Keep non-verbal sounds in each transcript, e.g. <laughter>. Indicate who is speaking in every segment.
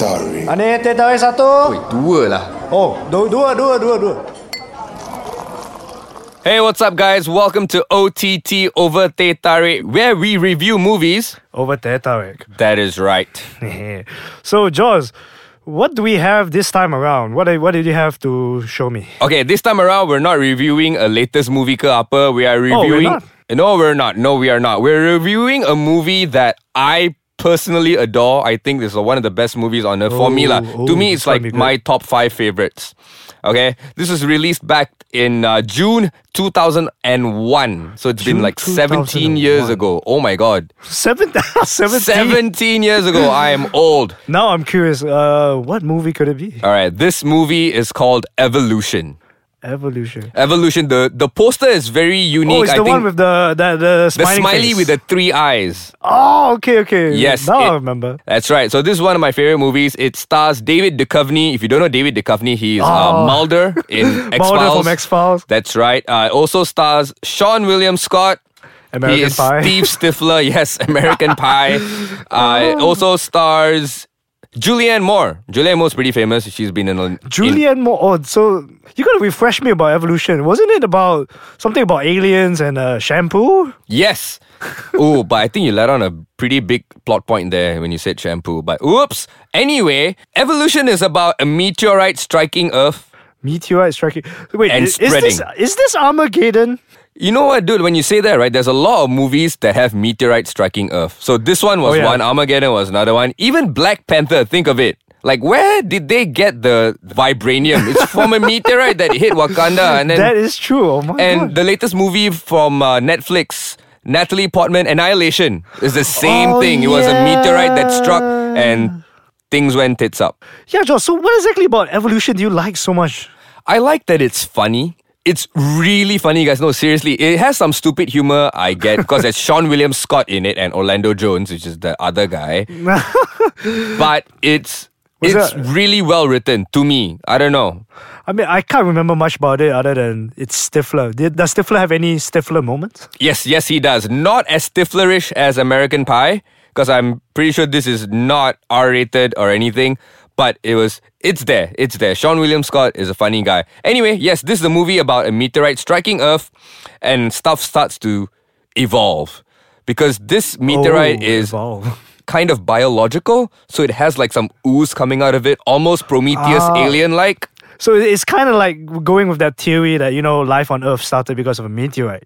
Speaker 1: Ani teh tarik
Speaker 2: Oi,
Speaker 1: satu.
Speaker 2: tua lah.
Speaker 1: Oh, dua, dua, dua, dua, dua.
Speaker 3: Hey, what's up, guys? Welcome to OTT Over Te Tarik, where we review movies.
Speaker 4: over there, Tarek. <laughs>
Speaker 3: That is right.
Speaker 4: so, Jaws, what do we have this time around? What what did you have to show me? <laughs>
Speaker 3: Okay, this time around, we're not reviewing a latest movie ke apa. We are
Speaker 4: Oh, we're
Speaker 3: reviewing.
Speaker 4: not?
Speaker 3: No, we're not. No, we are not. We're reviewing a movie that I personally adore. I think this is one of the best movies on earth for me. lah.
Speaker 4: Oh,
Speaker 3: to
Speaker 4: oh,
Speaker 3: me,
Speaker 4: it's
Speaker 3: it's like
Speaker 4: gonna be good.
Speaker 3: my top five favorites. Okay, this was released back in uh, June 2001. So it's been
Speaker 4: June
Speaker 3: like 17 years
Speaker 4: 2001.
Speaker 3: ago. Oh my god.
Speaker 4: Seven, seventeen.
Speaker 3: 17 years ago. I am old.
Speaker 4: Now I'm curious. Uh, what movie could it be?
Speaker 3: All right, this movie is called Evolution.
Speaker 4: Evolution.
Speaker 3: Evolution. The the poster is very
Speaker 4: Oh,
Speaker 3: unique.
Speaker 4: it's the
Speaker 3: I think
Speaker 4: one with the the the
Speaker 3: the
Speaker 4: smiling face.
Speaker 3: smiley with the three eyes.
Speaker 4: Oh, okay, okay.
Speaker 3: Yes,
Speaker 4: now I
Speaker 3: it-
Speaker 4: remember.
Speaker 3: That's right. So this is one of my favorite movies. It stars David Duchovny. If you don't know David Duchovny, he is uh,
Speaker 4: Oh.
Speaker 3: Mulder in X
Speaker 4: <laughs>
Speaker 3: Files.
Speaker 4: Mulder from X-Files.
Speaker 3: That's right. Uh, it also stars Sean William Scott. he
Speaker 4: American
Speaker 3: is
Speaker 4: Pie.
Speaker 3: Steve Stifler. <laughs> Yes, American Pie. Uh,
Speaker 4: Oh.
Speaker 3: it also stars Julianne Moore. Julianne Moore's pretty famous. She's been in a- in-
Speaker 4: <laughs> Julianne Moore. Oh, so you gotta refresh me about evolution. Wasn't it about something about aliens and uh, shampoo?
Speaker 3: Yes. Ooh, but I think you let on a pretty big plot point there when you said shampoo. But oops. Anyway, evolution is about a meteorite striking Earth.
Speaker 4: Meteorite striking. Wait,
Speaker 3: And
Speaker 4: i- is, this
Speaker 3: spreading.
Speaker 4: is this Armageddon?
Speaker 3: You know what, dude? When you say that, right? There's a lot of movies that have meteorites striking Earth. So this one was
Speaker 4: Oh, yeah.
Speaker 3: one. Armageddon was another one. Even Black Panther. Think of it. Like, where did they get the vibranium? It's from a meteorite that hit Wakanda, and then
Speaker 4: <laughs> that is true. Oh my
Speaker 3: and
Speaker 4: god.
Speaker 3: the latest movie from uh, Netflix, Natalie Portman, Annihilation, is the same
Speaker 4: Oh,
Speaker 3: thing. It was a meteorite that struck
Speaker 4: yeah.
Speaker 3: and things went tits up.
Speaker 4: yeah, Josh. So what exactly about evolution do you like so much?
Speaker 3: I like that it's funny. It's really funny, guys. No, seriously, it has some stupid humor. I get because there's Sean William Scott in it and Orlando Jones, which is the
Speaker 4: <laughs>
Speaker 3: other guy. but it's
Speaker 4: Was
Speaker 3: it's
Speaker 4: that-
Speaker 3: really well written to me. I don't know.
Speaker 4: I mean, I can't remember much about it other than it's Stifler. Did, does Stifler have any Stifler moments?
Speaker 3: Yes, yes, he does. Not as stiflerish as American Pie, because I'm pretty sure this is not R-rated or anything. But it was, it's there, it's there. Sean William Scott is a funny guy. Anyway, yes, this is a movie about a meteorite striking Earth, and stuff starts to evolve because this meteorite
Speaker 4: Oh,
Speaker 3: is
Speaker 4: evolve.
Speaker 3: kind of biological, so it has like some ooze coming out of it, almost Prometheus
Speaker 4: Ah.
Speaker 3: alien-like.
Speaker 4: So it- it's kind of like going with that theory that you know life on Earth started because of a meteorite,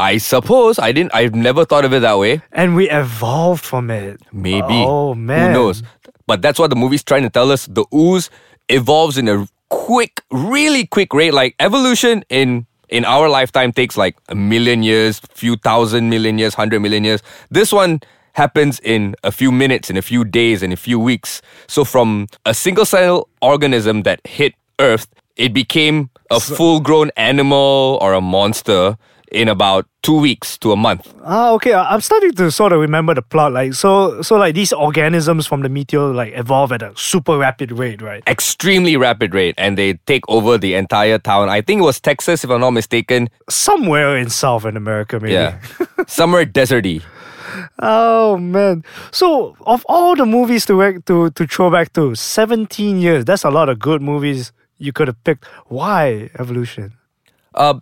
Speaker 3: I suppose I didn't. I've never thought of it that way.
Speaker 4: and we evolved from it.
Speaker 3: Maybe.
Speaker 4: Oh man.
Speaker 3: Who knows? But that's what the movie's trying to tell us. The ooze evolves in a quick, really quick rate. Like evolution in in our lifetime takes like a million years, few thousand million years, hundred million years. This one happens in a few minutes, in a few days, in a few weeks. So from a single cell organism that hit Earth, it became a full grown animal or a monster in about two weeks to a month.
Speaker 4: Ah, okay. I- I'm starting to sort of remember the plot. Like, so, so like these organisms from the meteor like evolve at a super rapid rate, right?
Speaker 3: extremely rapid rate and they take over the entire town. I think it was Texas, if I'm not mistaken.
Speaker 4: Somewhere in Southern America, maybe.
Speaker 3: Yeah. Somewhere deserty.
Speaker 4: Oh man. So, of all the movies to rec- to to throw back to, 17 years. That's a lot of good movies you could have picked. Why Evolution?
Speaker 3: Uh,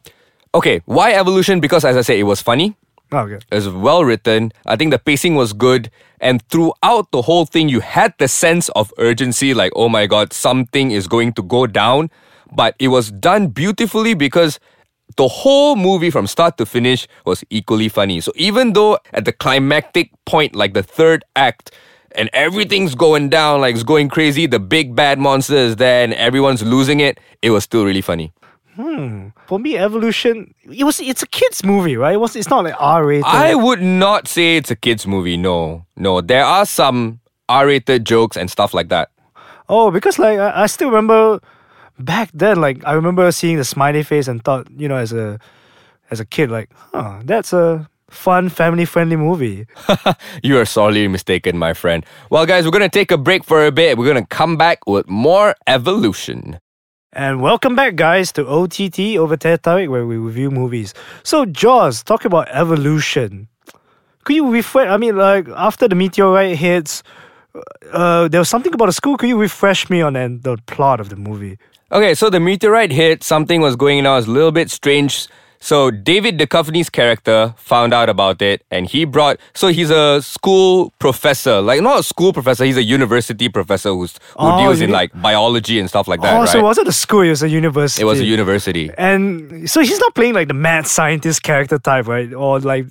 Speaker 3: okay, why evolution? Because as I said, it was funny.
Speaker 4: Oh, okay.
Speaker 3: It was well written. I think the pacing was good. And throughout the whole thing, you had the sense of urgency like, oh my God, something is going to go down. But it was done beautifully because the whole movie from start to finish was equally funny. So even though at the climactic point, like the third act, and everything's going down, like it's going crazy, the big bad monster is there and everyone's losing it, it was still really funny.
Speaker 4: For me, Evolution. It was. It's a kids movie, right? It was. It's not like R-rated.
Speaker 3: I would not say it's a kids movie. No, no. There are some R-rated jokes and stuff like that.
Speaker 4: Oh, because like I, I still remember back then, like I remember seeing the smiley face and thought, you know, as a as a kid, like, huh, that's a fun family friendly movie.
Speaker 3: You are sorely mistaken, my friend. Well, guys, we're gonna take a break for a bit. We're gonna come back with more evolution.
Speaker 4: And welcome back, guys, to OTT over Tertarik, where we review movies. So, Jaws, talk about evolution. Could you refresh? I mean, like after the meteorite hits, uh, there was something about a school. Could you refresh me on the, the plot of the movie?
Speaker 3: Okay, so the meteorite hit, something was going on, it was a little bit strange. So David Duchovny's character found out about it and he brought so he's a school professor, like not a school professor, he's a university professor who's who
Speaker 4: Oh,
Speaker 3: deals in
Speaker 4: uni-
Speaker 3: like biology and stuff like that,
Speaker 4: oh,
Speaker 3: right?
Speaker 4: so it wasn't a school; it was a university.
Speaker 3: it was a university.
Speaker 4: And so he's not playing like the mad scientist character type, right? Or like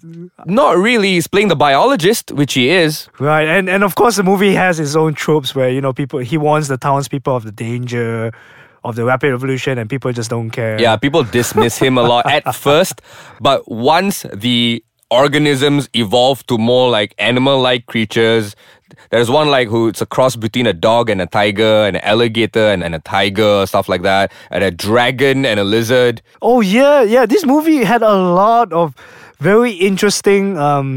Speaker 3: Not really, he's playing the biologist, which he is.
Speaker 4: right, and and of course the movie has its own tropes where you know people he warns the townspeople of the danger of the rapid revolution, and people just don't care.
Speaker 3: Yeah, people dismiss him
Speaker 4: <laughs>
Speaker 3: a lot at first, but once the organisms evolve to more like animal-like creatures, there's one like who it's a cross between a dog and a tiger, and an alligator and, and a tiger, stuff like that, and a dragon and a lizard.
Speaker 4: Oh yeah, yeah. This movie had a lot of very interesting. um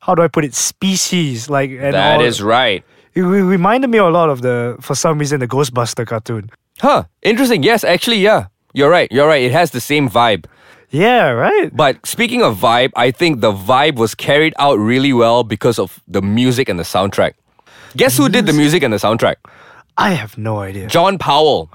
Speaker 4: how do I put it? Species like and
Speaker 3: That
Speaker 4: all-
Speaker 3: is right.
Speaker 4: It re- reminded me a lot of the, for some reason, the Ghostbuster cartoon.
Speaker 3: Huh. Interesting. Yes, actually, yeah. You're right. You're right. It has the same vibe.
Speaker 4: Yeah, right.
Speaker 3: But speaking of vibe, I think the vibe was carried out really well because of the music and the soundtrack. Guess who did the music and the soundtrack?
Speaker 4: I have no idea.
Speaker 3: John Powell.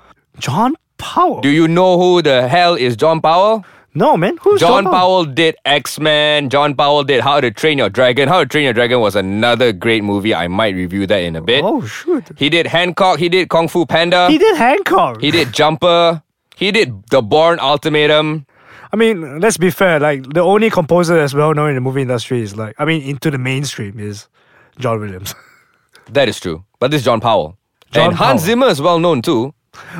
Speaker 4: John Powell.
Speaker 3: Do you know who the hell is John Powell?
Speaker 4: no man, who's
Speaker 3: John Powell did X Men. John Powell did How to Train Your Dragon. How to Train Your Dragon was another great movie. I might review that in a bit.
Speaker 4: Oh shoot.
Speaker 3: He did Hancock. He did Kung Fu Panda.
Speaker 4: He did Hancock.
Speaker 3: He did Jumper. He did The Born Ultimatum.
Speaker 4: I mean, let's be fair. Like the only composer that's well known in the movie industry is like, I mean, into the mainstream is John Williams. <laughs>
Speaker 3: That is true. But this is John Powell.
Speaker 4: John
Speaker 3: and Hans
Speaker 4: Powell.
Speaker 3: Zimmer is well known too.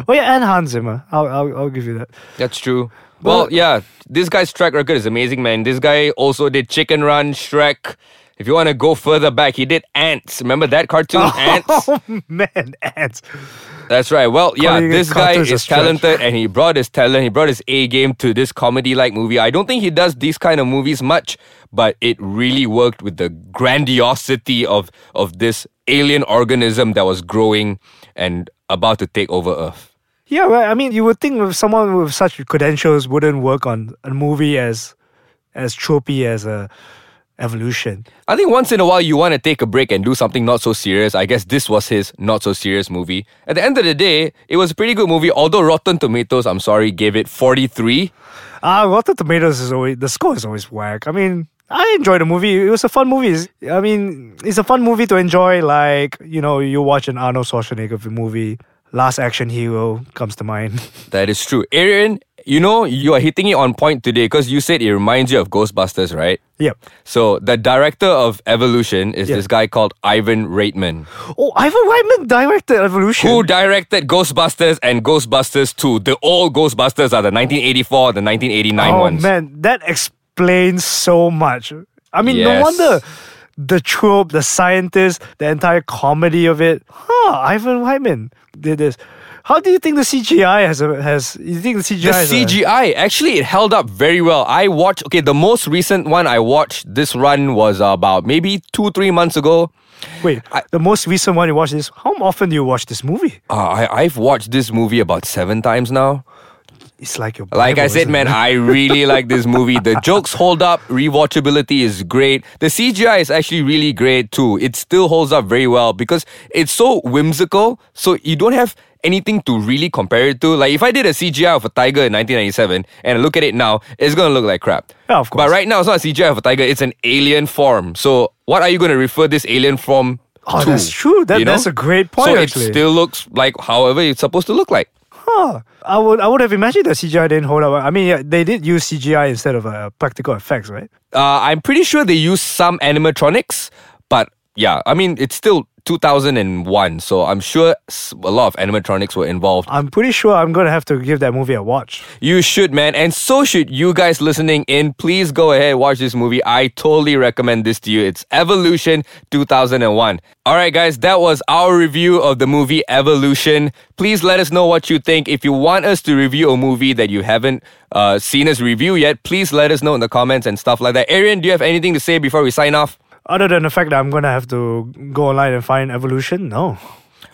Speaker 4: oh yeah, and Hans Zimmer. I'll, I'll, I'll give you that.
Speaker 3: That's true. Well,
Speaker 4: Well-
Speaker 3: yeah, this guy's track record is amazing, man. This guy also did Chicken Run, Shrek. If you want to go further back, he did Ants. Remember that cartoon, Ants?
Speaker 4: <laughs> Oh man, ants.
Speaker 3: That's right. Well, yeah,
Speaker 4: Calling it
Speaker 3: this guy
Speaker 4: cartoons a
Speaker 3: is
Speaker 4: stretch.
Speaker 3: talented and he brought his talent, he brought his A game to this comedy like movie. I don't think he does these kind of movies much, but it really worked with the grandiosity of of this alien organism that was growing and about to take over Earth.
Speaker 4: Yeah, well, I mean, you would think with someone with such credentials wouldn't work on a movie as as tropey as a evolution.
Speaker 3: I think once in a while you want to take a break and do something not so serious. I guess this was his not so serious movie. At the end of the day, it was a pretty good movie, although Rotten Tomatoes, I'm sorry, gave it 43.
Speaker 4: Ah, Rotten Tomatoes is always the score is always whack. I mean, I enjoyed the movie. It was a fun movie. It's- I mean, it's a fun movie to enjoy. Like you know, you watch an Arnold Schwarzenegger movie. Last Action Hero comes to mind. <laughs>
Speaker 3: That is true. Arian, you know, you are hitting it on point today because you said it reminds you of Ghostbusters, right?
Speaker 4: yep.
Speaker 3: So the director of Evolution is
Speaker 4: Yeah.
Speaker 3: this guy called Ivan Reitman,
Speaker 4: Oh, Ivan Reitman directed Evolution.
Speaker 3: who directed Ghostbusters and Ghostbusters 2. The old Ghostbusters are the 1984, the 1989
Speaker 4: oh
Speaker 3: ones.
Speaker 4: man, that explains so much. I mean,
Speaker 3: Yes.
Speaker 4: no wonder the trope, the scientist, the entire comedy of it. Huh, Ivan Reitman did this. How do you think the CGI has a, has? You think the CGI?
Speaker 3: The
Speaker 4: is a-
Speaker 3: CGI actually it held up very well. I watched okay the most recent one I watched this run was about maybe two three months ago.
Speaker 4: Wait, the most recent one you watched is how often do you watch this movie?
Speaker 3: Uh, I I've watched this movie about seven times now.
Speaker 4: It's like your
Speaker 3: Like
Speaker 4: Bible,
Speaker 3: I said,
Speaker 4: isn't
Speaker 3: man,
Speaker 4: it? <laughs>
Speaker 3: I really like this movie. The jokes hold up. Rewatchability is great. The CGI is actually really great too. It still holds up very well because it's so whimsical. So you don't have anything to really compare it to. Like if I did a CGI of a tiger in 1997 and I look at it now, it's gonna look like crap.
Speaker 4: Yeah, of
Speaker 3: But
Speaker 4: course.
Speaker 3: right now, it's not a CGI of a tiger. It's an alien form. So what are you gonna refer this alien form?
Speaker 4: Oh,
Speaker 3: to,
Speaker 4: that's true. That-
Speaker 3: you know?
Speaker 4: that's a great point,
Speaker 3: So
Speaker 4: actually.
Speaker 3: it still looks like however it's supposed to look like.
Speaker 4: Huh. I would I would have imagined that CGI didn't hold up. I mean, yeah, they did use CGI instead of uh, practical effects, right?
Speaker 3: Uh, I'm pretty sure they used some animatronics, but yeah, I mean, it's still 2001, so I'm sure s- a lot of animatronics were involved.
Speaker 4: I'm pretty sure I'm gonna have to give that movie a watch.
Speaker 3: You should, man, and so should you guys listening in. Please go ahead, watch this movie. I totally recommend this to you. It's Evolution 2001. All right, guys, that was our review of the movie Evolution. Please let us know what you think. If you want us to review a movie that you haven't uh, seen us review yet, please let us know in the comments and stuff like that. Arian, do you have anything to say before we sign off?
Speaker 4: Other than the fact that I'm gonna have to go online and find Evolution, no.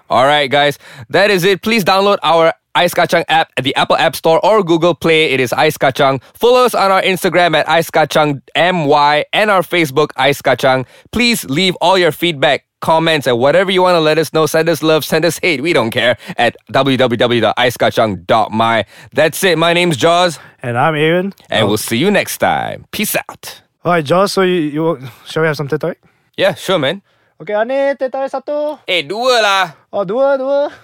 Speaker 3: All right, guys, that is it. Please download our Ice Kacang app at the Apple App Store or Google Play. It is Ice Kacang. Follow us on our Instagram at Ice Kacang MY and our Facebook Ice Kacang. Please leave all your feedback, comments, and whatever you want to let us know. Send us love, send us hate. We don't care at www.icekacang.my. That's it. My name's Jaws,
Speaker 4: And I'm Aaron.
Speaker 3: and we'll see you next time. Peace out.
Speaker 4: All right, Jaws. So you, you shall we have some teh tarik?
Speaker 3: Yeah, sure, man.
Speaker 4: Okay, ane teh tarik satu.
Speaker 3: Eh, dua lah.
Speaker 4: Oh, dua, dua.